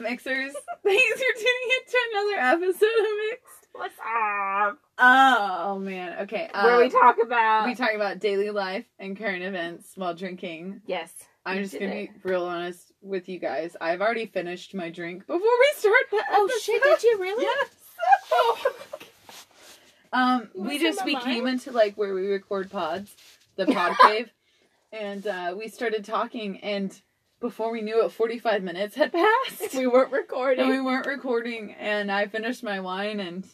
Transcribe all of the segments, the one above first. mixers. Thanks for tuning in to another episode of Mixed. What's up? Oh man. Okay. Uh, Where we talk about we talk about daily life and current events while drinking. yes. I'm You just did gonna it. be real honest with you guys. I've already finished my drink before we start the Oh shit! Did you really? Yes. um, You we wanna just see we my came mind? into like where we record pods, the pod cave, and uh, we started talking. And before we knew it, forty five minutes had passed, We weren't and recording. we weren't recording. And I finished my wine, and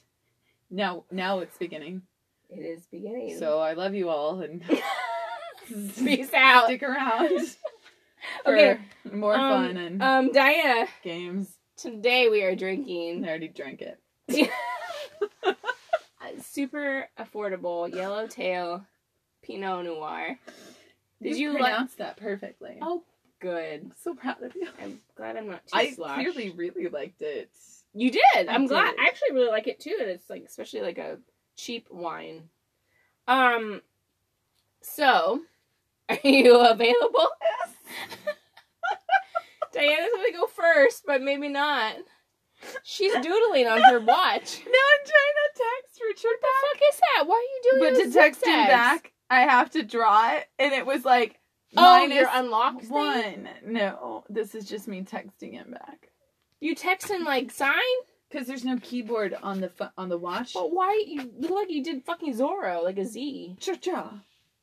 now now it's beginning. It is beginning. So I love you all, and peace out. stick around. for Okay. more Um, fun and Um, Diana, games. today we are I drinking already drank it. a super affordable Yellowtail Pinot Noir. Did you like- pronounce that perfectly? Oh, Good. I'm so proud of you. I'm glad I'm not too I sloshed. clearly really liked it. You did. I I'm glad. did. I actually really like it too, and it's like especially like a cheap wine. Um. So, are you available? Diana's gonna go first, but maybe not. She's doodling on her watch. Now I'm trying to text Richard The fuck is that? Why are you doing? But to those text him zigzags? back, I have to draw it, and it was like Oh, minus your unlock thing? one. No, this is just me texting him back. You text and like sign, Because there's no keyboard on the fu- on the watch. but why you look like you did fucking Zorro, like a Z? Cha-cha.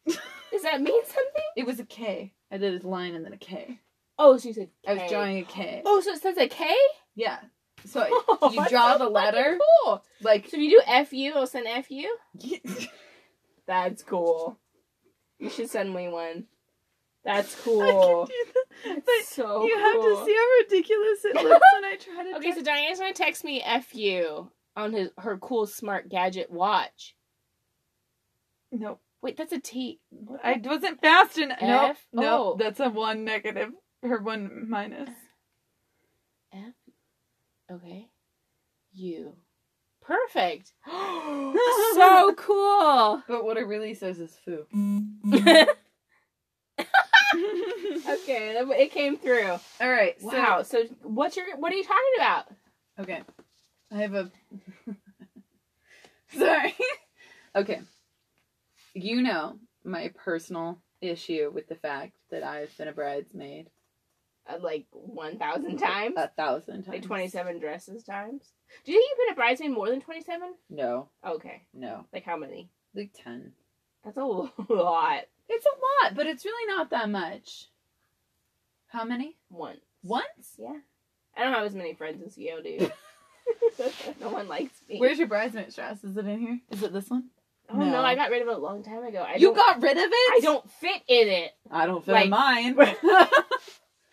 Does that mean something? It was a K. I did a line and then a K. Oh, so you said I was K. drawing a K. Oh, so it says a K? Yeah. So you That's draw so the fucking letter, Cool. like So if you do FU, I'll send FU. That's cool. You should send me one. That's cool. But That's so you have cool. to see how ridiculous it looks when I try to. Okay, so Diane's gonna text me FU on his her cool smart gadget watch. no, Wait, that's a T. I wasn't fast enough. No, F- no, oh. that's a one negative or one minus. Okay. U. Perfect. so cool. But what it really says is foo. Okay, that- it came through. All right. Wow. So what's your what are you talking about? So, okay. I have a. Sorry. okay. You know my personal issue with the fact that I've been a bridesmaid Uh, like one thousand times. a thousand times. Like 27 dresses times. Do you think you've been a bridesmaid more than 27? No, Okay. no, Like how many? like ten. That's a lot. It's a lot, but it's really not that much. How many? One. Once? Yeah. I don't have as many friends as you do. no one likes me. Where's your bridesmaid's dress? Is it in here? Is it this one? oh no. No. I got rid of it a long time ago. I you don't- got rid of it? I don't fit in it. I don't fit Like- in mine.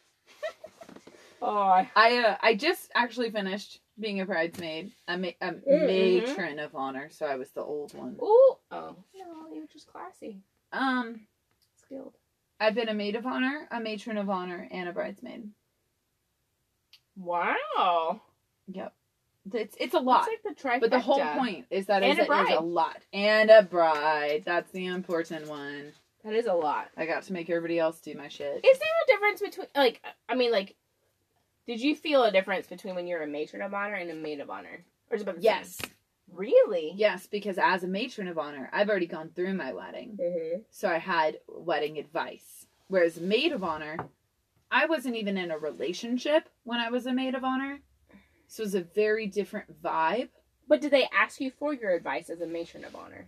Oh, I- I uh, I just actually finished being a bridesmaid, a, ma- a Mhm. matron of honor, so I was the old one. Ooh. Oh. No, you're just classy. Um, Skilled. I've been a maid of honor, a matron of honor, and a bridesmaid. Wow. Yep, it's it's a lot. That's like the trifecta. But the whole point is that And is a it is a bride. lot and a bride. That's the important one. That is a lot. I got to make everybody else do my shit. Is there a difference between like I mean like did you feel a difference between when you're a matron of honor and a maid of honor? Or is it about the same? Yes. Really? Yes, because as a matron of honor, I've already gone through my wedding. Mm-hmm. So I had wedding advice. Whereas maid of honor, I wasn't even in a relationship when I was a maid of honor. So it was a very different vibe. But did they ask you for your advice as a matron of honor?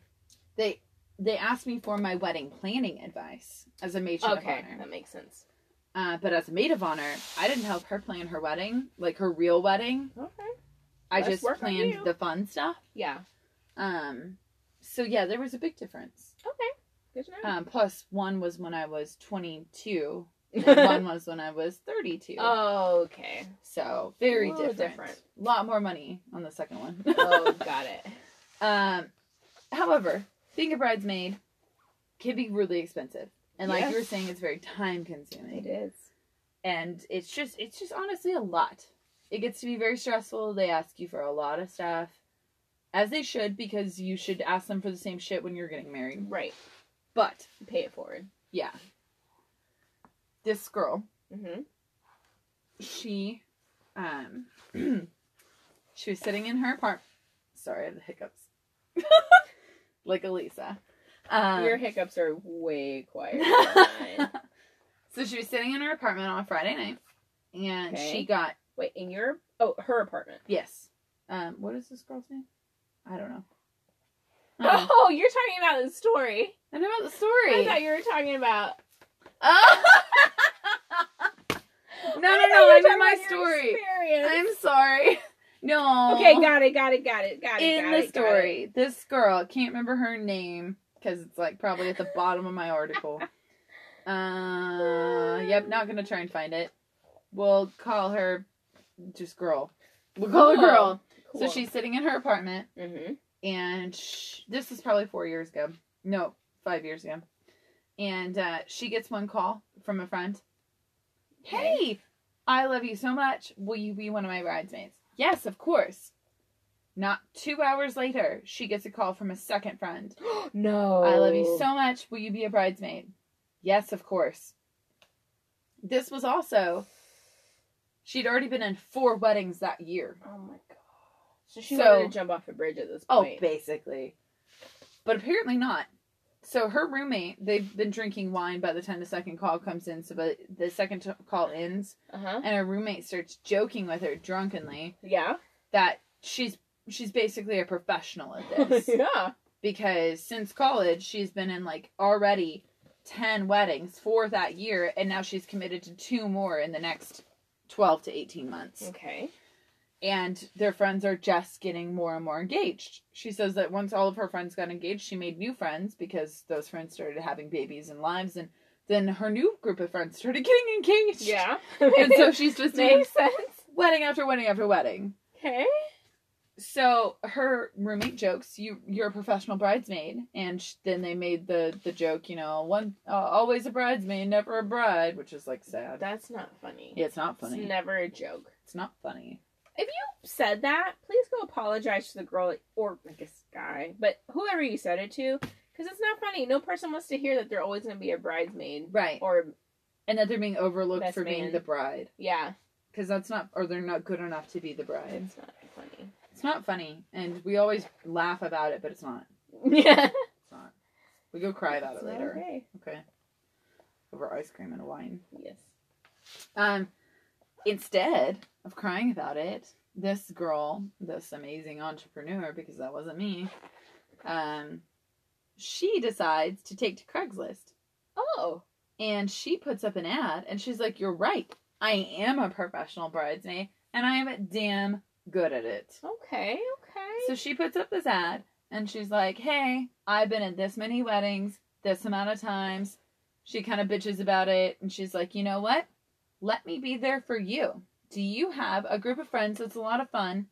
They they asked me for my wedding planning advice as a matron of okay, honor. that makes sense. Uh, but as a maid of honor, I didn't help her plan her wedding, like her real wedding. Okay. I Less just work on planned you. the fun stuff. Yeah. Um, so yeah, there was a big difference. Okay. Good to know. Um, plus one was when I was 22, and one was when I was 32. okay. so very a little different. different. A lot more money on the second one. Oh, got it. um, however, being a bridesmaid can be really expensive, and like you were Yes. saying, it's very time consuming. It is. and it's just it's just honestly a lot it gets to be very stressful they ask you for a lot of stuff as they should because you should ask them for the same shit when you're getting married Right. but Pay it forward. yeah this girl Mm-hmm. she Um, she was sitting in her apartment. Sorry, I had the hiccups. like Elisa. Um, Your hiccups are way quieter. than mine. so she was sitting in her apartment on Friday night, and Okay. she got Wait, in your oh her apartment. yes. Um, what is this girl's name? I don't know. Oh, Oh, you're talking about the story. I know about the I story. thought you were talking about. Oh. no, no, no! thought you were I know talking my about your story. I'm experience. sorry. No. Okay, got it, got it, got it, got it. in got the it, got it. story, this girl I can't remember her name because it's like probably at the bottom of my article. Uh, yep, not gonna try and find it. We'll call her just girl. We'll call Cool. her girl. Cool. So she's sitting in her apartment, Mhm. and sh- this is probably four years ago. No, five years ago. And uh, she gets one call from a friend. Hey, I love you so much. Will you be one of my bridesmaids? Yes, of course. Not two hours later, she gets a call from a second friend. no. I love you so much. Will you be a bridesmaid? Yes, of course. This was also, she'd already been in four weddings that year. Oh my god. So she So- wanted to jump off a bridge at this Oh, point. basically. But apparently not. So her roommate, they've been drinking wine by the time the second call comes in. So by the second t- call ends, Uh huh. and her roommate starts joking with her drunkenly Yeah. that she's she's basically a professional at this yeah. because since college she's been in like already 10 weddings for that year and now she's committed to two more in the next 12 to 18 months Okay. and their friends are just getting more and more engaged. She says that once all of her friends got engaged, she made new friends because those friends started having babies and lives, and then her new group of friends started getting engaged. Yeah. And so she's just doing makes sense. wedding after wedding after wedding. Okay. So her roommate jokes, "You you're a professional bridesmaid," and sh- then they made the the joke, you know, one uh, always a bridesmaid, never a bride, which is like sad. That's not funny. Yeah, it's not funny. It's never a joke. It's not funny. Said that, please go apologize to the girl or I guess guy, but whoever you said it to, because it's not funny. No person wants to hear that they're always going to be a bridesmaid Right. or And that they're being overlooked Best for being man. the bride. yeah. because that's not or they're not good enough to be the bride It's not funny. it's not funny and we always laugh about it but it's not Yeah. it's not we go cry about It's it not later Okay. okay over ice cream and wine Yes. um instead of crying about it this girl this amazing entrepreneur because that wasn't me um she decides to take to craigslist Oh. and she puts up an ad and she's like you're right i am a professional bridesmaid and i am damn good at it Okay. Okay. So she puts up this ad and she's like, Hey, I've been at this many weddings, this amount of times. She kind of bitches about it and she's like, You know what? Let me be there for you. Do you have a group of friends that's a lot of fun,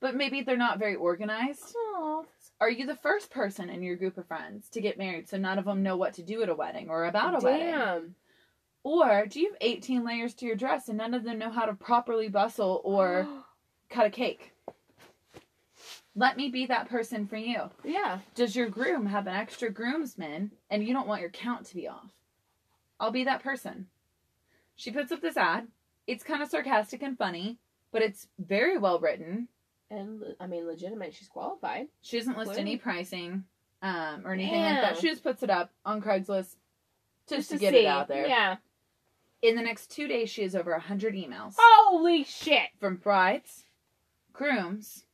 but maybe they're not very organized? Oh. Are you the first person in your group of friends to get married so none of them know what to do at a wedding or about a wedding? Damn. Or do you have 18 layers to your dress and none of them know how to properly bustle or cut a cake? Let me be that person for you. yeah. Does your groom have an extra groomsman and you don't want your count to be off? I'll be that person. She puts up this ad. It's kind of sarcastic and funny, but it's very well written. And le- I mean, legitimate. She's qualified. She doesn't list What? any pricing um, or anything like Yeah. that. She just puts it up on Craigslist just, to, get see. it out there. Yeah. In the next two days, she has over 100 emails Oh, Holy shit. from brides, grooms,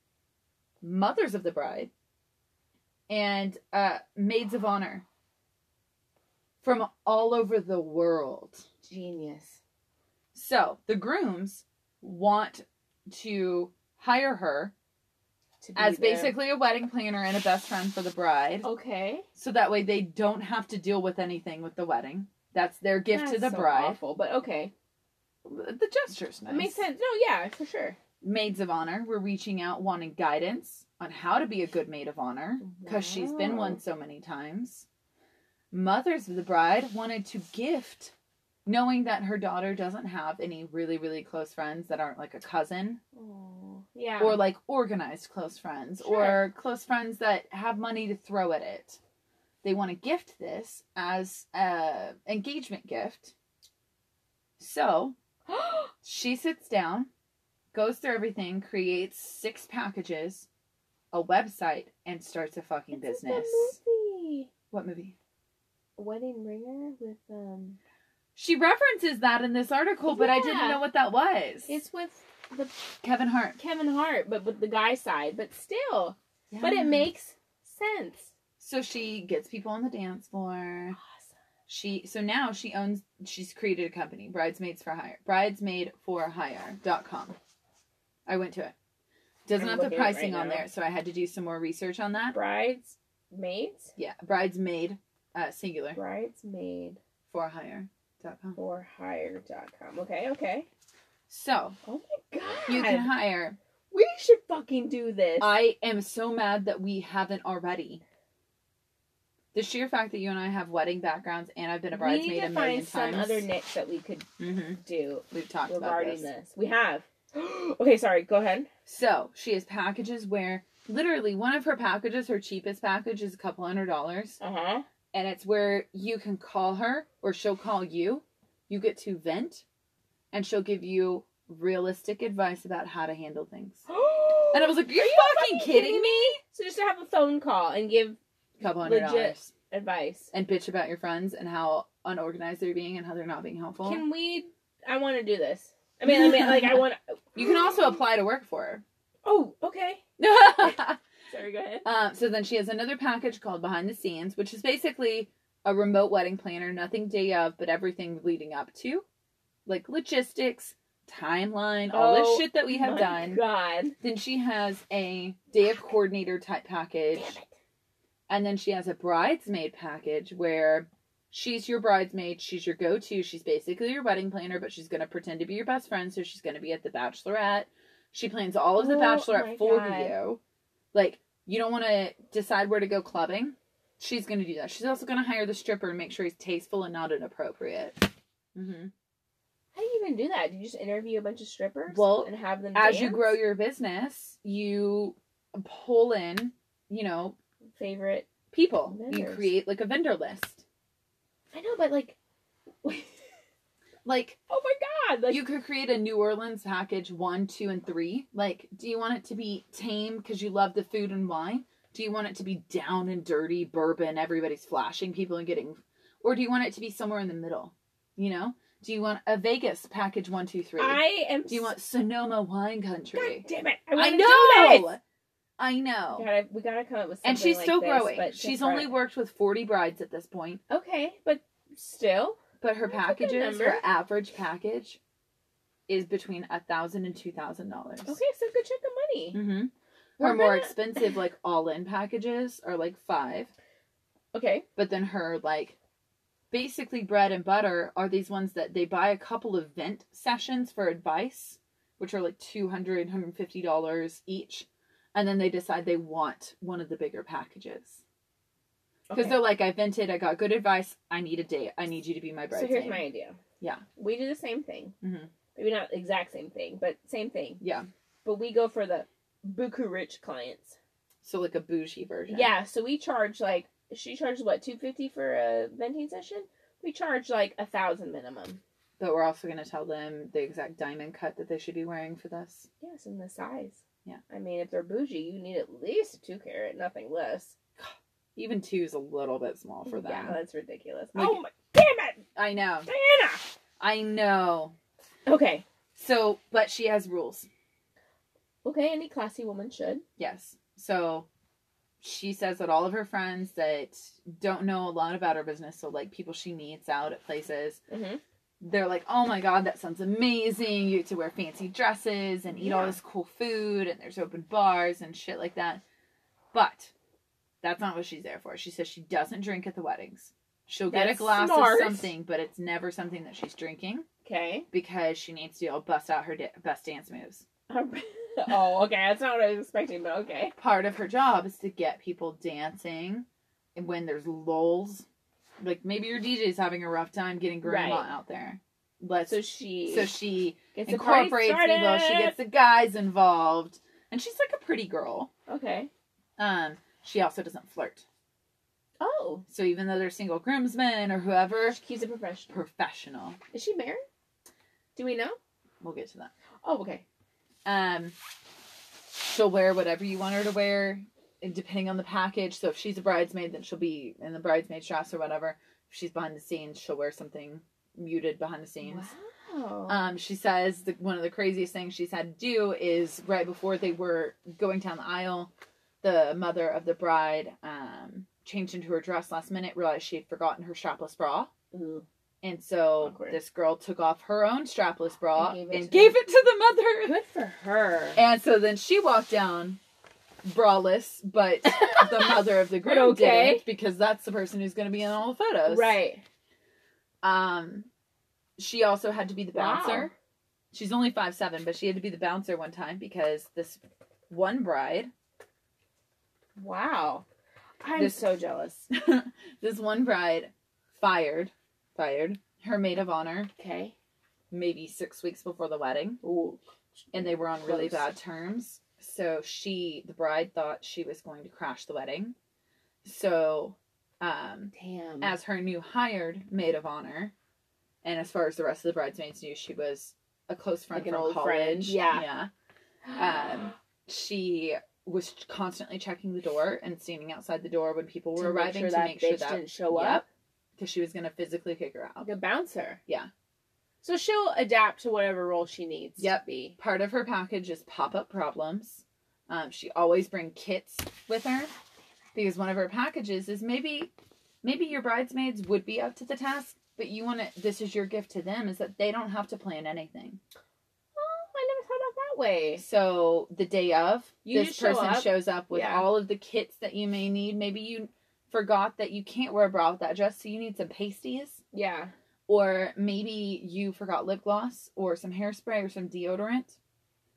mothers of the bride, and uh, maids of honor from all over the world. Genius. So the grooms want to hire her To be as there. Oh. basically a wedding planner and a best friend for the bride. Okay. So that way they don't have to deal with anything with the wedding. That's their gift to the That's so bride. Awful, but okay. The gesture's nice. It makes sense. No, yeah, for sure. Maids of honor were reaching out wanting guidance on how to be a good maid of honor. because she's been one so many times. Mothers of the bride wanted to gift, knowing that her daughter doesn't have any really, really close friends that aren't like a cousin Oh, yeah. or like organized close friends Sure. or close friends that have money to throw at it. They want to gift this as a engagement gift. So she sits down goes through everything, creates six packages, a website, and starts a fucking It's like that business. movie. What movie? Wedding Ringer with um. She references that in this article, but I didn't Yeah. know what that was. It's with Kevin Hart. Kevin Hart, but with the guy side. But still, but Yeah. it makes sense. so she gets people on the dance floor. Awesome. She so now she owns she's created a company, Bridesmaids for Hire. Bridesmaid for Hire.com. I went to it. Doesn't have I'm the looking at it pricing right on now. there, so I had to do some more research on that. Bridesmaids. Yeah, bridesmaid uh, singular Bridesmaid for hire.com. or hire.com. Okay, okay. So Oh my god. you can hire. we should fucking do this. I am so mad that we haven't already. The sheer fact that you and I have wedding backgrounds and I've been a we need bridesmaid a to million find times. some other niche that we could hmm do We've talked about regarding this. this. We have. okay, sorry. Go ahead. So she has packages where literally one of her packages, her cheapest package, is a couple hundred dollars. Uh huh. And it's where you can call her or she'll call you. You get to vent and she'll give you realistic advice about how to handle things. And I was like, Are you, fucking, kidding, me? So just to have a phone call and give Couple hundred Legit. dollars. advice. And bitch about your friends and how unorganized they're being and how they're not being helpful. Can we? I want to do this. I mean, I mean, like, I want. you can also apply to work for Oh, okay. her. Sorry. Go ahead. Um, so then she has another package called Behind the Scenes, which is basically a remote wedding planner, nothing day of, but everything leading up to, like logistics, timeline, all Oh this shit that we have My done. God. Then she has a day of coordinator type package, Damn it. and then she has a bridesmaid package where she's your bridesmaid, she's your go to, she's basically your wedding planner, but she's gonna pretend to be your best friend, so she's gonna be at the bachelorette. She plans all of the Oh my bachelorette for God. you. Like, you don't wanna decide where to go clubbing. She's gonna do that. She's also gonna hire the stripper and make sure he's tasteful and not inappropriate. Mm-hmm. hmm How do you even do that? Do you just interview a bunch of strippers? Well, and have them As you dance? grow your business, you pull in, you know, favorite. people. You Vendors. create like a vendor list. I know, but like, oh Like my God! Like, you could create a New Orleans package one, two, and three. Like, do you want it to be tame because you love the food and wine? Do you want it to be down and dirty, bourbon, everybody's flashing, people and getting, or do you want it to be somewhere in the middle? You know, do you want a Vegas package one, two, three? I am. do you want Sonoma wine God country? damn it! I, I want To do know, this. I know. We gotta, we gotta come up with something. And she's like still this, growing. but She's different. only worked with forty brides at this point, okay, but still, but her That's a good packages, her number. average package, is between a thousand and two thousand dollars. okay. So good chunk of money. Mm-hmm. We're Her more gonna- expensive, like all in packages, are like five. Okay. But then her, like, basically bread and butter are these ones that they buy a couple of vent sessions for advice, which are like $200, $150 each. And then they decide they want one of the bigger packages. Because okay. they're like, I vented, I got good advice, I need a date, I need you to be my So here's bridesmaid. my idea. Yeah. We do the same thing. Mhm. Maybe not exact same thing, but same thing. Yeah. But we go for the buku rich clients. So, like, a bougie version. Yeah. so we charge like she charges what two fifty for a venting session. We charge like a thousand minimum. But we're also going to tell them the exact diamond cut that they should be wearing for this. Yes, and the size. Yeah. I mean, if they're bougie, you need at least a two carat, nothing less. Even two is a little bit small for them. Yeah, that's ridiculous. Like- oh my damn it, I know. Diana. I know. Okay. So, but she has rules. Okay, any classy woman should. Yes. So she says that all of her friends that don't know a lot about her business, so like people she meets out at places, Mhm. they're like, oh my God, that sounds amazing. You get to wear fancy dresses and eat all Yeah. this cool food, and there's open bars and shit like that. But that's not what she's there for. She says she doesn't drink at the weddings. She'll get That's a glass smart. of something, but it's never something that she's drinking Okay. because she needs to all bust out her da- best dance moves. oh, okay. That's not what I was expecting, but okay. part of her job is to get people dancing and when there's lulls like maybe your dj's having a rough time getting grandma Right. out there let's So so she she, gets the party incorporates people she started. gets the guys involved and she's like a pretty girl okay. um she also doesn't flirt Oh, so even though they're single groomsmen or whoever she keeps it professional. professional Is she married? Do we know? we'll get to that Oh, okay. Um, she'll wear whatever you want her to wear, and depending on the package. So if she's a bridesmaid, then she'll be in the bridesmaid dress or whatever. If she's behind the scenes, she'll wear something muted behind the scenes. Wow. Um, she says the, one of the craziest things she's had to do is right before they were going down the aisle, the mother of the bride um, changed into her dress last minute, realized she had forgotten her strapless bra. Ooh. And so Awkward. this girl took off her own strapless bra And and, gave it to gave it to the mother. Good for her. And so then she walked down braless, but the mother of the groom okay. didn't because that's the person who's going to be in all the photos. right. Um, she also had to be the Wow. bouncer. She's only five seven, but she had to be the bouncer one time because this one bride, Wow. I'm This- so jealous. this one bride, fired, fired her maid of honor Okay. maybe six weeks before the wedding, Ooh. and they were on really Close. bad terms. So she, the bride, thought she was going to crash the wedding. So, um, Damn. as her new hired maid of honor, and as far as the rest of the bridesmaids knew, she was a close friend Like an from old college. friend, yeah. yeah. um, She was constantly checking the door and standing outside the door when people were To make arriving sure to that make sure bitch that didn't show up? because she was going to physically kick her out. the bouncer. Yeah. So she'll adapt to whatever role she needs. Yep. To be. Part of her package is pop up problems. Um, she always bring kits with her because one of her packages is maybe maybe your bridesmaids would be up to the task, but you want to. This is your gift to them is that they don't have to plan anything. Oh, I never thought of it that way. So the day of, You this just show person up. shows up with Yeah. all of the kits that you may need. Maybe you forgot that you can't wear a bra with that dress, so you need some pasties. Yeah. Or maybe you forgot lip gloss or some hairspray or some deodorant.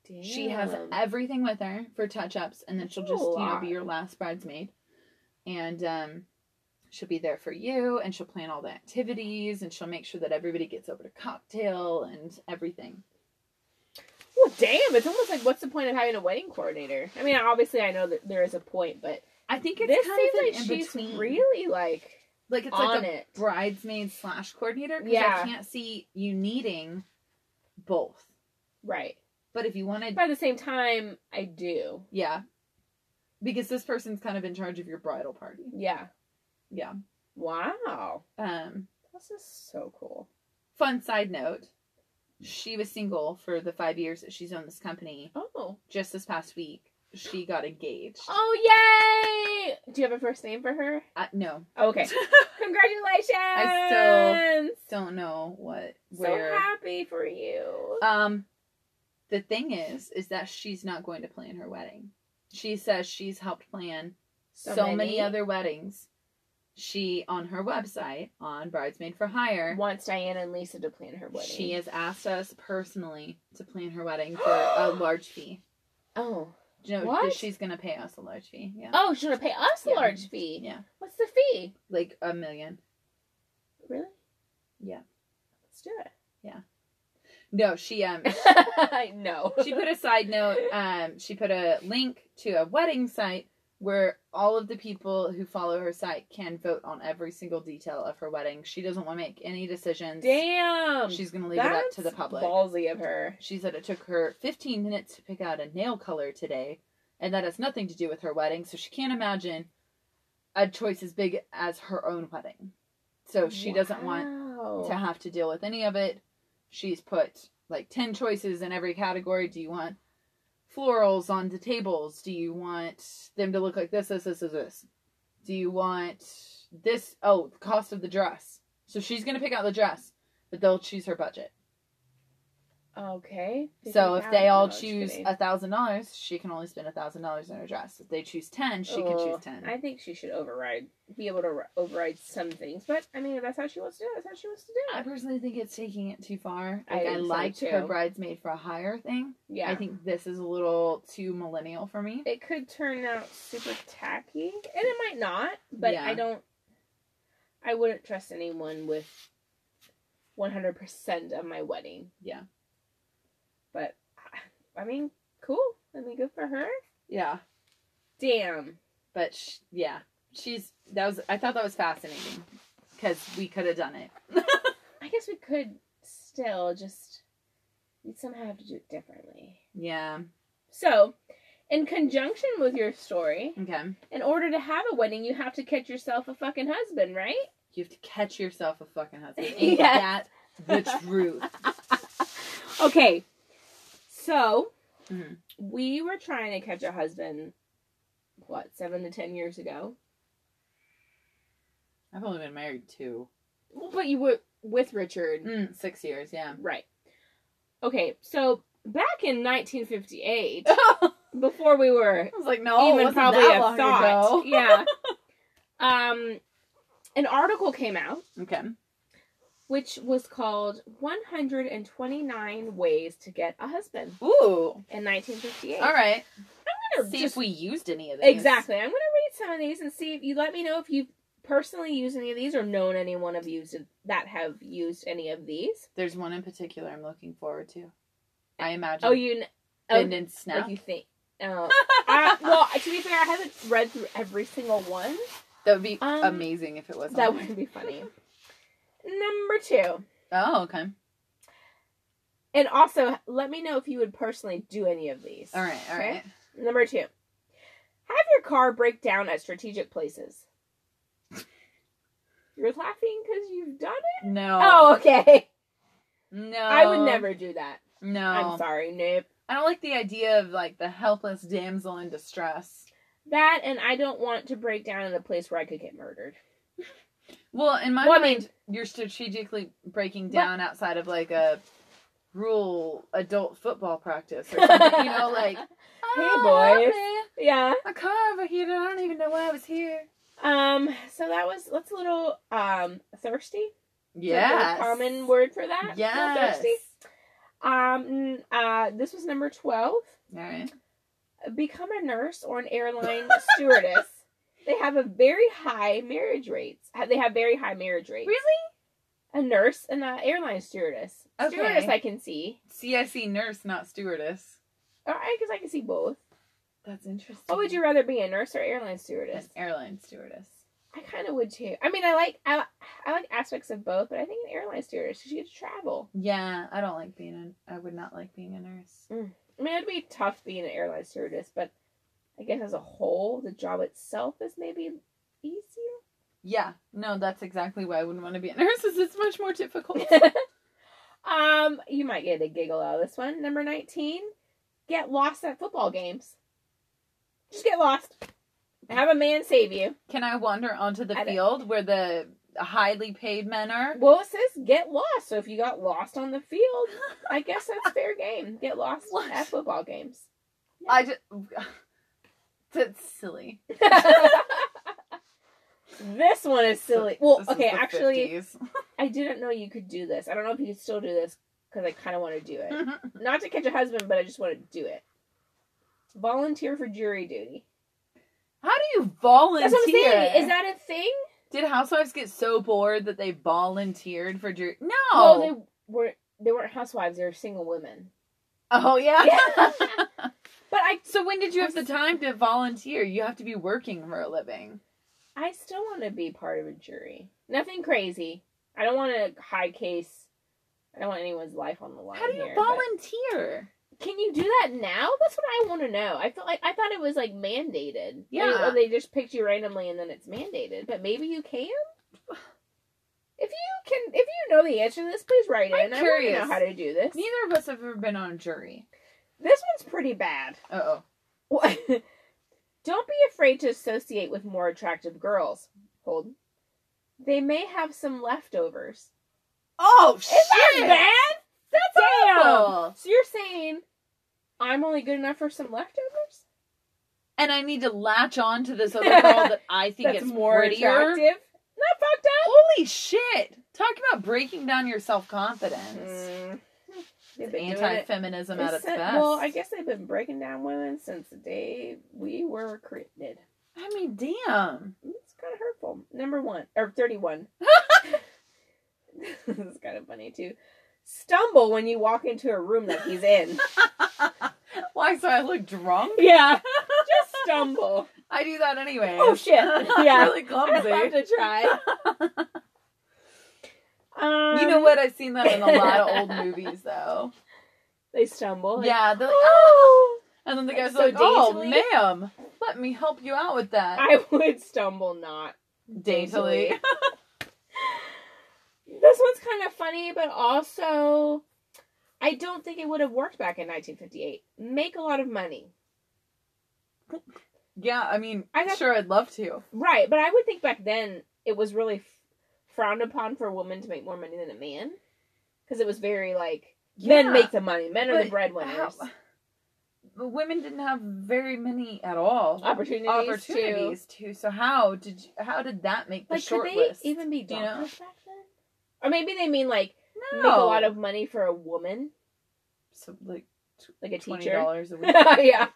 Damn. She has everything with her for touch ups, and then she'll That's a just, you know, lot. be your last bridesmaid. And um, she'll be there for you, and she'll plan all the activities, and she'll make sure that everybody gets over to cocktail and everything. Well, damn. It's almost like what's the point of having a wedding coordinator? I mean, obviously, I know that there is a point, but I think it's this kind of an seems like she's in-between. really like like it's on like a it. bridesmaid slash coordinator because Yeah. I can't see you needing both. Right. But if you wanted, But at the same time, I do. yeah, because this person's kind of in charge of your bridal party. Yeah. Yeah. Wow. Um, This is so cool. fun side note: she was single for the five years that she's owned this company. Oh. Just this past week, she got engaged. Oh, yay! Do you have a first name for her? Oh, I, no, Okay. Congratulations! I don't know what where. so happy for you. Um, the thing is, is that she's not going to plan her wedding. She says she's helped plan So so, many? many. other weddings. She on her website on Bridesmaid for Hire, Wants Diana and Lisa to plan her wedding. she has asked us personally to plan her wedding for a large fee. Oh. You know, What? she's gonna pay us a large fee. Yeah, Oh, she's gonna pay us a Yeah. large fee. yeah, What's the fee? like a million. Really? Yeah. Let's do No, she um it. no. she put a side note. Um, she put a link to a wedding site where all of the people who follow her site can vote on every single detail of her wedding. She doesn't want to make any decisions. Damn. She's gonna leave it up to the That's public. Ballsy of her. She said it took her 15 minutes to pick out a nail color today, and that has nothing to do with her wedding, so she can't imagine a choice as big as her own wedding. So she doesn't want Wow. to have to deal with any of it. She's put like 10 choices in every category. Do you want florals on the tables? Do you want them to look like this, this, this, this, this? Do you want this? Oh, the cost of the dress. So she's going to pick out the dress, but they'll choose her budget. Okay. So if they all choose a a thousand dollars, she can only spend a thousand dollars on her dress. If they choose ten, she can choose ten. I think she should override, be able to ri- override some things. But I mean, if that's how she wants to do it, that's how she wants to do I it. personally think it's taking it too far. Like I I, think so, liked too. her bridesmaid for a higher thing. Yeah. I think this is a little too millennial for me. it could turn out super tacky, and it might not. But Yeah. I don't. I wouldn't trust anyone with one hundred percent of my wedding. Yeah. But I mean, cool. I mean, good for her. Yeah, Damn. but sh- yeah, she's that was. I thought that was fascinating because we could have done it. I guess we could still just you somehow have to do it differently. Yeah. So, in conjunction with your story, Okay. in order to have a wedding, you have to catch yourself a fucking husband, right? You have to catch yourself a fucking husband. Ain't Yes. that the truth? Okay. So, Mhm. we were trying to catch a husband, what, seven to ten years ago? I've only been married two. Well, but you were with Richard. Mm, six years, yeah. Right. Okay, so back in 1958, before we were I was like, no, even Oh, it wasn't probably that a long thought, ago. yeah, um, an article came out Okay. which was called 129 Ways to Get a Husband Ooh. in 1958. All right. I'm gonna See just- if we used any of these. exactly. I'm gonna read some of these and see if you let me know if you personally used any of these or known anyone of used that have used any of these. There's one in particular I'm looking forward to. I imagine. Oh, you. kn- oh, bend and snap. Like you think. Oh. I, well, to be fair, I haven't read through every single one. that would be um, amazing if it was. That on there. would be funny. Number two. Oh, okay. And also, let me know if you would personally do any of these. All right. All Okay. right. Number two. Have your car break down at strategic places. You're laughing because you've done it? No. Oh, okay. No. I would never do that. Um, No. I'm sorry, Nip. I don't like the idea of like the helpless damsel in distress. That and I don't want to break down in a place where I could get murdered. Well, in my Well, I mind, you're strategically breaking down outside of like a rural adult football practice or something. you know, like, "Oh, boys." help Yeah. me. A car over here. I don't even know why I was here. Um, so that was that's a little um thirsty. Is that Yeah. a common word for that. Not Yes. thirsty. Um, mm, uh, this was number twelve. All right. Become a nurse or an airline stewardess. They have a very high marriage rates. Ha- They have very high marriage rates. Really? A nurse and an airline stewardess. Okay. Stewardess, I can see. CIC nurse, not stewardess. Or I guess I can see both. That's interesting. What would you rather be, a nurse or airline stewardess? An airline stewardess. I kind of would too. I mean, I like I, I like aspects of both, but I think an airline stewardess she gets to travel. Yeah, I don't like being a. I would not like being a nurse. I mean, it'd be tough being an airline stewardess, but I guess as a whole, the job itself is maybe easier. Yeah, no, that's exactly why I wouldn't want to be a nurse. Is it's much more difficult. um, you might get a giggle out of this one. Number nineteen, get lost at football games. Just get lost. Have a man save you. Can I wander onto the I don't- field where the highly paid men are? Well, it says get lost. So if you got lost on the field, I guess that's fair game. Get lost What? at football games. I just. That's silly. this one is silly. Well, This is okay, the actually. 50s. I didn't know you could do this. I don't know if you could still do this because I kind of want to do it. Not to catch a husband, but I just want to do it. Volunteer for jury duty. How do you volunteer? That's what I'm saying. Is that a thing? Did housewives get so bored that they volunteered for jury? No. Well, they weren't. They weren't housewives. They were single women. Oh yeah. Yeah. But I, so when did you have the time to volunteer? You have to be working for a living. I still want to be part of a jury. Nothing crazy. I don't want a high case. I don't want anyone's life on the line. How do you here, but- volunteer? Can you do that now? That's what I want to know. I feel like I thought it was like mandated. Yeah. They, or they just picked you randomly and then it's mandated. But maybe you can. If you can, if you know the answer to this, please write I'm in. I want to curious. know how to do this. Neither of us have ever been on a jury. This one's pretty bad. Uh oh. Don't be afraid to associate with more attractive girls. Hold. They may have some leftovers. Oh shit! Is that bad? That's Damn. awful. So you're saying I'm only good enough for some leftovers? And I need to latch on to this other girl that I think that's is more prettier. attractive. Not fucked up. Holy shit! Talk about breaking down your self confidence. They've Mm, been doing Anti it feminism Hmm. at its since- best. Well, I guess they've been breaking down women since the day we were created. I mean, damn. It's kind of hurtful. Number one or thirty-one. this is kind of funny too. Stumble when you walk into a room that he's in. Why? So I look drunk? yeah, just stumble. I do that anyway. Oh, shit. I'm Yeah. really I'd love clumsy. to try. Um, You know what? I've seen that in a lot of old movies, though. They stumble. like, yeah, they're like, "Oh." and then the Like, guy's so like, "Oh, daintily. ma'am, let me help you out with that." I would stumble not. daintily. This one's kind of funny, but also, I don't think it would have worked back in 1958. Make a lot of money. Yeah, I mean, I got- sure, I'd love to. Right, but I would think back then it was really f- frowned upon for a woman to make more money than a man. Because it was very like, men Yeah, make the money, men are the but breadwinners. how- but women didn't have very many at all Opportunities, too. opportunities to. So how did you, how did that make the Like, could short they list? even be you doctors know? back then? Or maybe they mean like, no, make a lot of money for a woman, so, like like a twenty teacher. dollars a week. yeah.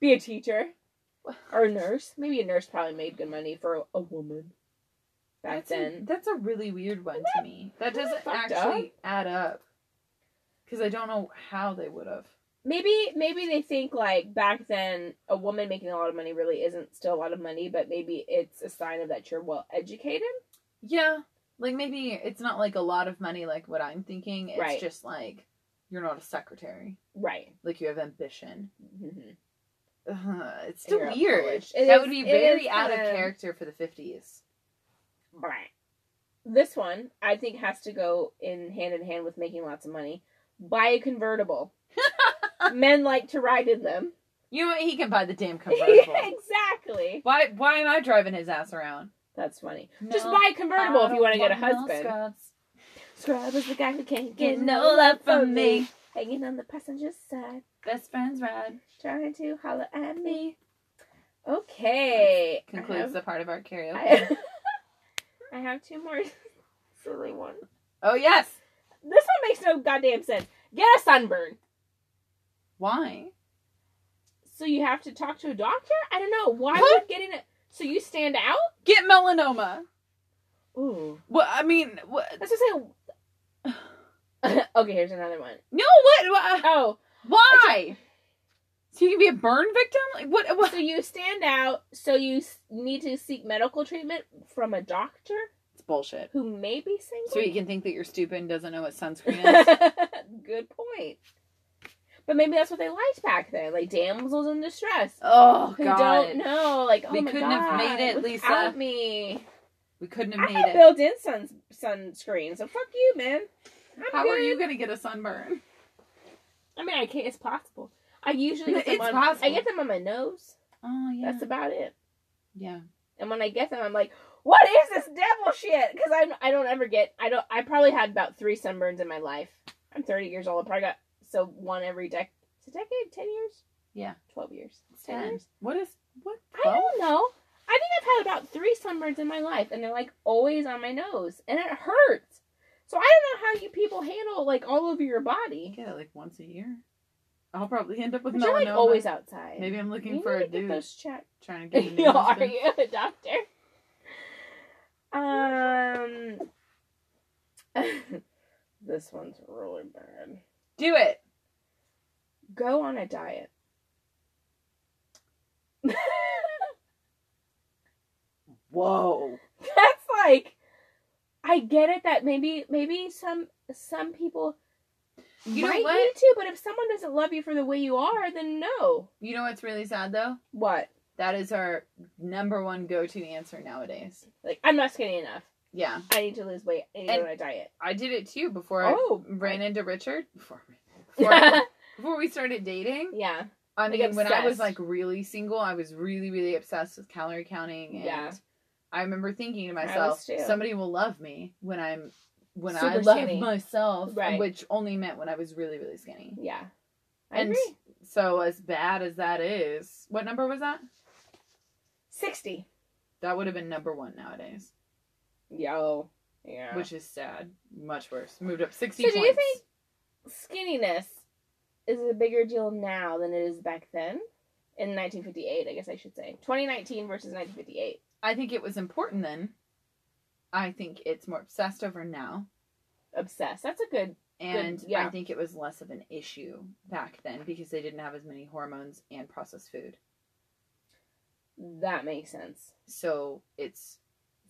Be a teacher. Or a nurse. Maybe a nurse probably made good money for a woman back That's then. a, that's a really weird one to me. That isn't doesn't that fucked actually add up. Because I don't know how they would have. maybe maybe they think like back then a woman making a lot of money really isn't still a lot of money, but maybe it's a sign of that you're well educated. Yeah, like maybe it's not like a lot of money, like what I'm thinking. It's Right. just like you're not a secretary. Right. Like you have ambition. Mhm. Ugh, it's still You're a weird. polished- it that is- would be it very is out of kinda- character for the fifties. Blah. This one I think has to go in hand in hand with making lots of money. Buy a convertible. Men like to ride in them. You know what? He can buy the damn convertible. exactly. why? Why am I driving his ass around? That's funny. Just No, buy a convertible if you want to get a I don't want no husband. scrubs. Scrub is the guy who can't Get no love from me. Hanging on the passenger side. Best friends ride. trying to holler at me. Okay. Concludes I have, the part of our karaoke. I, I have two more silly ones. oh yes. This one makes no goddamn sense. Get a sunburn. Why? So you have to talk to a doctor? I don't know. Why What? would getting it so you stand out? Get melanoma. Ooh. Well, I mean, what? That's just like Okay, here's another one. No, what? wha- Oh, Why? So you can be a burn victim? Like what? what? so you stand out, so you s- need to seek medical treatment from a doctor It's bullshit. who may be single. So you can think that you're stupid and doesn't know what sunscreen is. Good point. But maybe that's what they liked back then, like damsels in distress. oh Who God! don't know, like oh We my couldn't have God, made it, Lisa. without me. We couldn't have I made had it. built-in sun sunscreen, so fuck you, man. I'm How are you good. gonna get a sunburn? I mean, I can't. It's possible. I usually get them It's on. possible. I get them on my nose. Oh yeah, That's about it. yeah. And when I get them, I'm like, what is this devil shit? Because I I don't ever get. I don't. I probably had about three sunburns in my life. I'm 30 years old. I probably got so one every decade. It's a decade, 10 years. Yeah. 12 years. It's 10 Ten. years. What is what? I don't know. I think I've had about three sunburns in my life, and they're like always on my nose, and it hurts. So I don't know how you people handle like all over your body. Yeah, like once a year. I'll probably end up with But you're like melanoma. always outside. Maybe I'm looking You for need a to get dude Those checked. trying to get a new Are husband. you a doctor? Um, this one's really bad. Do it. Go on a diet. Whoa. That's like, I get it that maybe maybe some some people You know might what? need to, but if someone doesn't love you for the way you are, then no. You know what's really sad though? What? That is our number one go-to answer nowadays. Like I'm not skinny enough. Yeah, I need to lose weight. I need to And- go on a diet. I did it too before Oh. I ran into Richard. Before, before, before we started dating, yeah. I Like, mean, when I was like obsessed. really single, I was really, really obsessed with calorie counting, and Yeah. I remember thinking to I was myself, too. somebody will love me when I'm when I Super love skinny. myself, Right. which only meant when I was really, really skinny. Yeah. I And agree. so, as bad as that is, what number was that? 60. That would have been number one nowadays, Yo. Yeah. which is sad. Much worse. Moved up sixty So do points. you think skinniness is a bigger deal now than it is back then? In 1958, I guess I should say. 2019 versus 1958. I think it was important then. I think it's more obsessed over now. Obsessed. That's a good. And Good, yeah. I think it was less of an issue back then because they didn't have as many hormones and processed food. That makes sense. So it's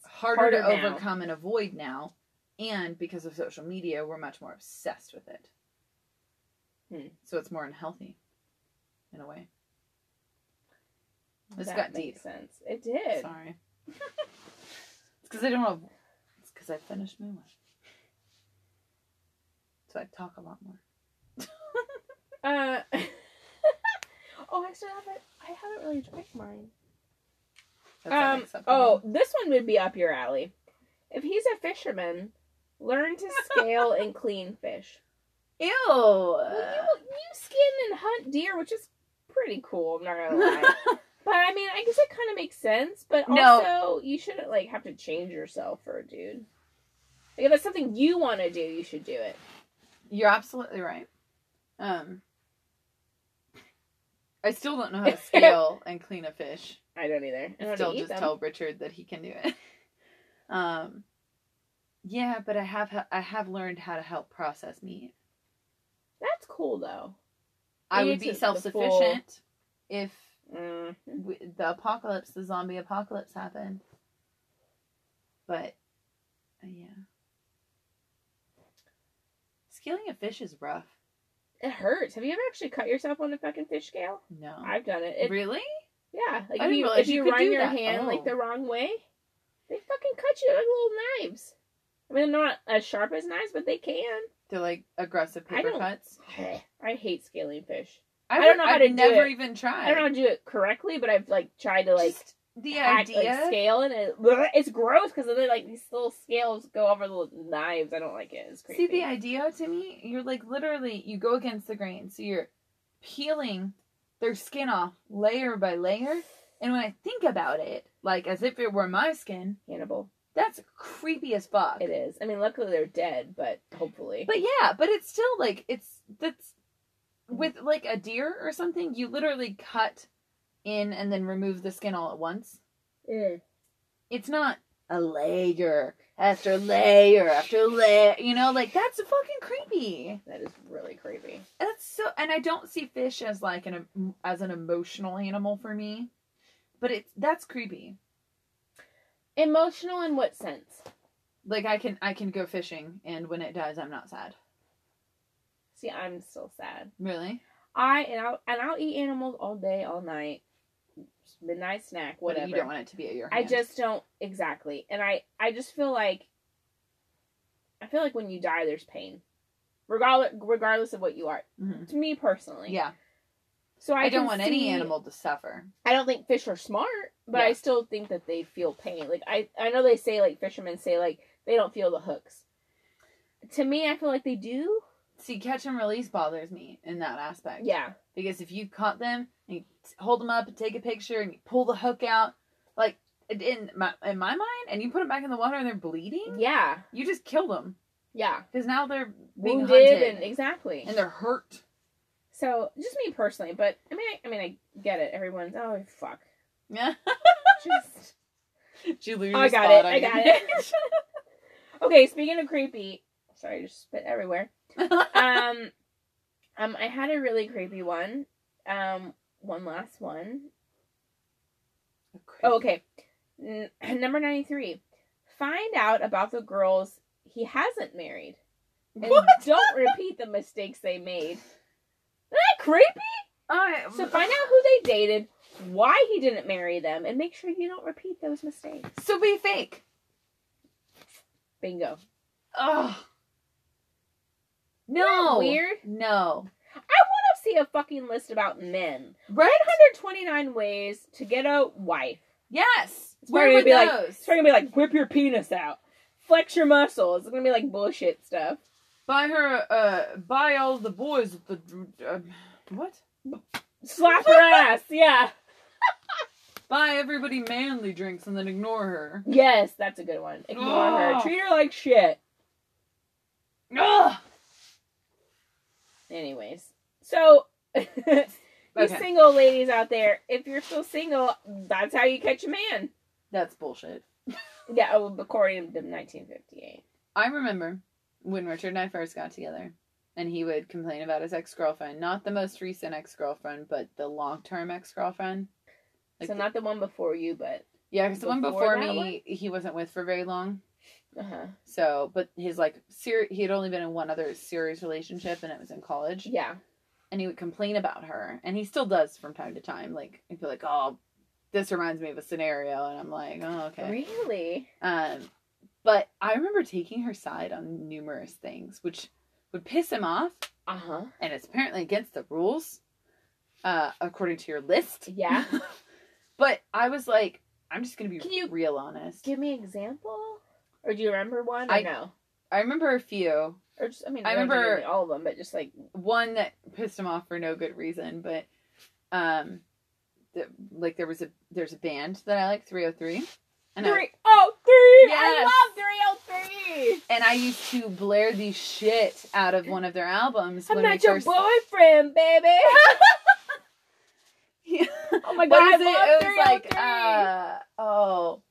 harder, to harder now. overcome and avoid now. And because of social media, we're much more obsessed with it. Hmm. So it's more unhealthy in a way. This that got makes sense. It did. Sorry. it's because I don't have. It's because I finished my one. So I talk a lot more. Uh, oh, I still haven't. I haven't really drank mine. That's Um. unacceptable. Oh, this one would be up your alley. If he's a fisherman, learn to scale and clean fish. Well, you, Ew. you skin and hunt deer, which is pretty cool. I'm not gonna lie. but I mean, I guess it kind of makes sense. But also, No. you shouldn't like have to change yourself for a dude. Like, if that's something you want to do, you should do it. You're absolutely right. Um. I still don't know how to scale and clean a fish. I don't either. I don't still eat just them. tell Richard that he can do it. um, yeah, but I have he- I have learned how to help process meat. That's cool though. I You would took be the self sufficient if Mm. w- the apocalypse, the zombie apocalypse, happened. But uh, yeah, scaling a fish is rough. It hurts. Have you ever actually cut yourself on a fucking fish scale? No, I've done it. it really? Yeah, like Oh. I if didn't you realize if you you, could run do your that. hand Oh. like the wrong way, they fucking cut you like little knives. I mean, they're not as sharp as knives, but they can. They're like aggressive I paper don't- cuts. I hate scaling fish. I, don't would- know how I've to do never it. even tried. I don't know how to do it correctly, but I've like tried to like Just the hack, like, idea. scale and it, bleh, it's gross because then like these little scales go over the little knives. I don't like it. It's See creepy. the idea to me, you're like literally you go against the grain. So you're peeling their skin off layer by layer. And when I think about it, like as if it were my skin, Hannibal. that's creepy as fuck. It is. I mean, luckily they're dead, but hopefully. But yeah, but it's still like it's that's with like a deer or something, you literally cut in and then remove the skin all at once. Mm. It's not a layer after layer after layer, you know, like that's fucking creepy. That is really creepy. And That's so, and I don't see fish as like an em- as an emotional animal for me, but it's that's creepy. Emotional in what sense? Like I can I can go fishing, and when it dies, I'm not sad. See, I'm still sad. Really, I and I'll and I'll eat animals all day, all night, midnight snack, But whatever. you don't want it to be at your. I Hand. just don't exactly, and I I just feel like I feel like when you die, there's pain, regardless regardless of what you are. Mhm. To me personally, yeah. So I, I, don't can want any see- animal to suffer. I don't think fish are smart, but Yeah. I still think that they feel pain. Like I I know they say like fishermen say like they don't feel the hooks. To me, I feel like they do. See, catch and release bothers me in that aspect. Yeah, Because if you caught them and you t- hold them up and take a picture and you pull the hook out, like it- in my in my mind, and you put them back in the water and they're bleeding, yeah, you just kill them yeah. because now they're being Wounded hunted and exactly. and they're hurt. So just me personally, but I mean, I, I mean, I get it. Everyone's oh fuck. Yeah. Just Did you lose I your got spot it. on I got your- it. okay, speaking of creepy, sorry, I just spit everywhere. um, um, I had a really creepy one. Um, one last one. Oh, okay. N- number ninety three. Find out about the girls he hasn't married, and What? don't repeat the mistakes they made. Isn't that creepy? I, So find out who they dated, why he didn't marry them, and make sure you don't repeat those mistakes. So be fake. Bingo. Ugh. Isn't No. that weird. No. I see a fucking list about men. Right? 129 ways to get a wife. Yes. It's Where probably were gonna be like- those? It's probably gonna be like whip your penis out, flex your muscles. It's gonna be like bullshit stuff. buy her. Uh, buy all the boys at the. Uh, what? Slap her ass. Yeah. Buy everybody manly drinks and then ignore her. Yes, that's a good one. Ignore her. Ugh. Treat her like shit. Ugh. Anyways, so. You Okay. single ladies out there, if you're still single, that's how you catch a man. That's bullshit. Yeah, oh, according to 1958. I remember when Richard and I first got together, and he would complain about his ex girlfriend. Not the most recent ex girlfriend, but the long term ex girlfriend. so not the one before you, but Yeah, because the one before before that me, one? he wasn't with for very long. uh So, but his like ser- he had only been in one other serious relationship, and it was in college. yeah, and he would complain about her, and he still does from time to time. Like he'd be like, "Oh, this reminds me of a scenario," and I'm like, "Oh, okay." Really? Um, but I remember taking her side on numerous things, which would piss him off, Uh huh. and it's apparently against the rules, uh, according to your list. Yeah. but I was like, I'm just gonna be Can you real honest. Give me an example. Or do you remember one? Or I- no. I remember a few. Or just I mean, I don't have to remember- give me all of them, but just like One that pissed him off for no good reason, but um, th- like there was a there's a band that I like, 303, and I, three oh three. Yes. I love three oh three. and I used to blare the shit out of one of their albums I'm when we not your first. boyfriend, baby. Yeah. oh my god, What is I it? love It was 303. like, uh, oh,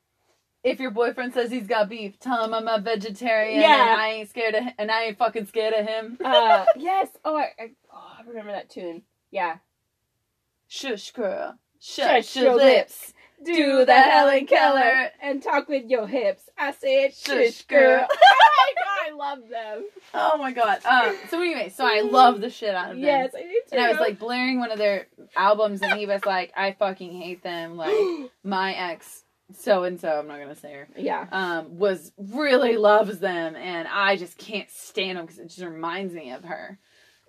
if your boyfriend says he's got beef, tell him I'm a vegetarian Yeah. and I ain't scared of, and I ain't fucking scared of him. uh, yes. Oh I, I, oh, I remember that tune. Yeah. Shush, girl. Shut Shut, your your lips. Do, the Helen Keller. and talk with your hips. I said, Shush, shush, girl. girl. oh my god, I love them. Oh my god. Um, so anyway, so I love the shit out of them. Yes, I did too. And I was like blaring one of their albums, and he was like, "I fucking hate them." Like my ex, so and so, I'm not gonna say her, yeah. um, was really loves them, and I just can't stand them because it just reminds me of her.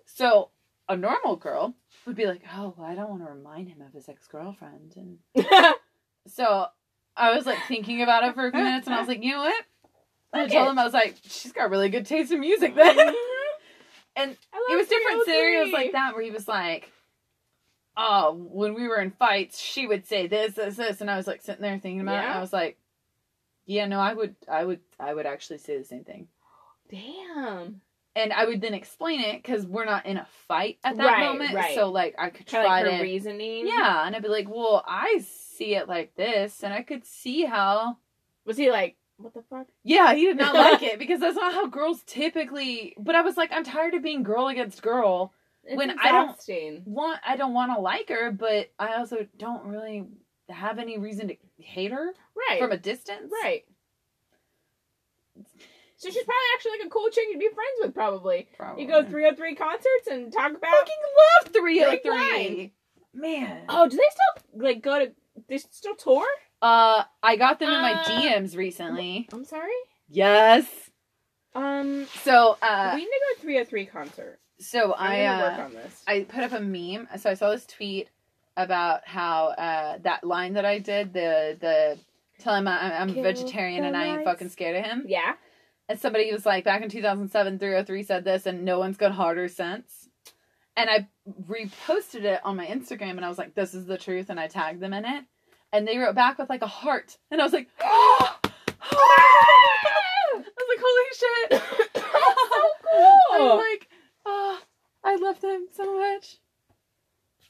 So a normal girl would be like, "Oh, well, I don't want to remind him of his ex girlfriend," and so I was like thinking about it for a few minutes, and I was like, "You know what?" I told Fuck it. Mm-hmm. him I was like, "She's got really good taste in music." Then. And it was different scenarios like that where he was like, "Oh, when we were in fights, she would say this, this, this," and I was like sitting there thinking about it. And Yeah. I was like, "Yeah, no, I would, I would, I would actually say the same thing." oh Damn. And I would then explain it because we're not in a fight at that Right, moment, right. so like I could Kind try of like her to, reasoning. yeah. And I'd be like, "Well, I see it like this, and I could see how." Was he like, what the fuck? Yeah, he did not like it because that's not how girls typically. But I was like, I'm tired of being girl against girl. It's When I don't- exhausting. want I don't want to like her, but I also don't really have any reason to hate her Right. from a distance. right. So she's probably actually like a cool chick you'd be friends with, probably. Probably. You go 303 concerts and talk I about. fucking love three oh Like, three. Man. Oh, do they still like go to? They still tour? Uh I got them in my Uh, DMs recently. I'm sorry. Yes. Um, So uh we need to go to 303 concert. so I'm I gonna uh, work on this. I put up a meme. So I saw this tweet about how uh, that line that I did the the tell him I, I'm a Kill vegetarian the and I ain't lights. fucking scared of him. yeah. And somebody was like, back in 2007, 303 said this, and no one's gone harder since. And I reposted it on my Instagram, and I was like, this is the truth, and I tagged them in it. And they wrote back with like a heart. And I was like, oh, I was like, holy shit. I'm like, oh, I love them so much.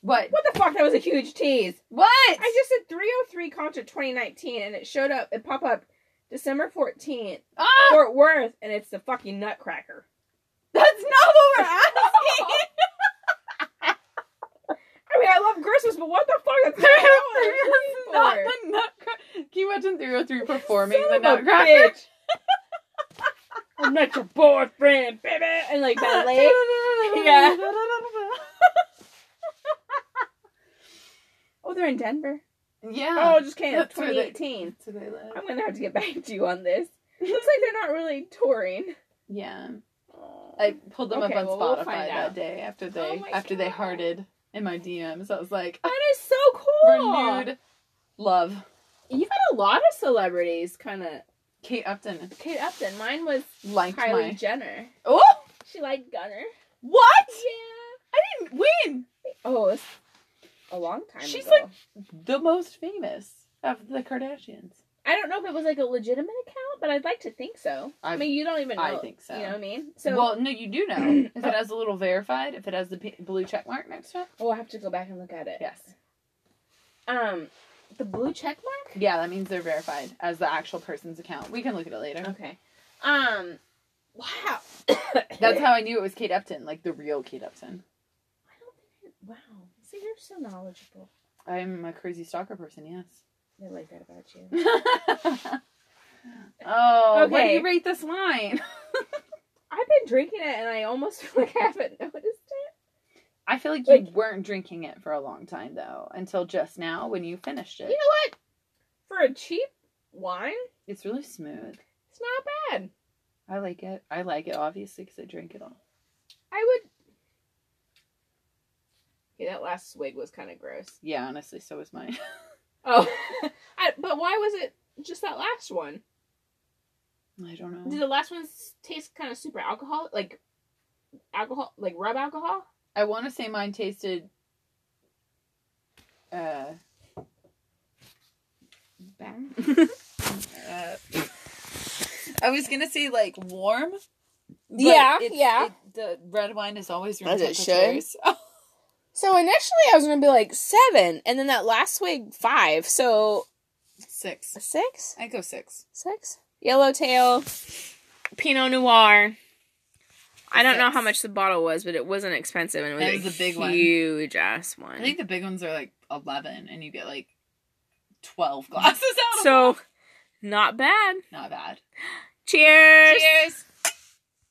What? What the fuck? That was a huge tease. What? I just said 303 concert 2019, and it showed up. It pop up December 14th, Ah, Fort Worth, and it's the fucking Nutcracker. that's not what we're asking. I mean, I love Christmas, but what the fuck? That's not what I was looking not for. the Nutcracker. Can you imagine 303 performing Son the of a Nutcracker? bitch. I'm not your boyfriend, baby. And like ballet. Yeah. Oh, they're in Denver. yeah. Oh, just came up That's where they- 2018. So they live. I'm gonna have to get back to you on this. Looks like they're not really touring. Yeah. I pulled them Okay, up on well, we'll Spotify find out. Oh that day after they my after they God. hearted in my DMs. I was like, That is so cool. renewed love. You've had a lot of celebrities, kind of. Kate Upton Kate Upton. Mine was liked Kylie my. Jenner. Oh, She liked Gunner. what? Yeah. I didn't win. Oh, it's a long time She's ago. like- The most famous of the Kardashians. I don't know if it was like a legitimate account, but I'd like to think so. I, I- mean, you don't even know. I think so. You know what I mean? So, well, no, you do know if it has a little verified, if it has the p- blue check mark next to it. we'll have to go back and look at it. Yes. Um, the blue check mark. Yeah, that means they're verified as the actual person's account. We can look at it later. Okay. Um. Wow. That's how I knew it was Kate Upton, like the real Kate Upton. I don't think I, wow. See, you're so knowledgeable. I'm a crazy stalker person, yes. I like that about you. oh, what do Okay. you rate this wine? I've been drinking it and I almost feel like I haven't noticed it. I feel like you Like- weren't drinking it for a long time though, until just now when you finished You it. know what? For a cheap wine, It's really smooth. it's not bad. I like it. I like it obviously because I drink it all. I would. Okay, that last swig was kind of gross. Yeah, honestly, so was mine. Oh, I, but why was it just that last one? I don't know. Did the last one s- taste kind of super alcohol, like alcohol, like rub alcohol? I want to say mine tasted uh back. uh, I was gonna say like warm. but Yeah, it's- yeah. it- the red wine is always room As it should. temperatures. So initially, I was gonna be like seven, and then that last swig five. So six. six, I go six. six. Yellowtail, Pinot Noir. I don't know Six. how much the bottle was, but it wasn't expensive, and it was, That was a a big one. huge ass one. I think the big ones are like eleven, and you get like twelve glasses out of so, not bad. it. Not bad. Cheers. Cheers.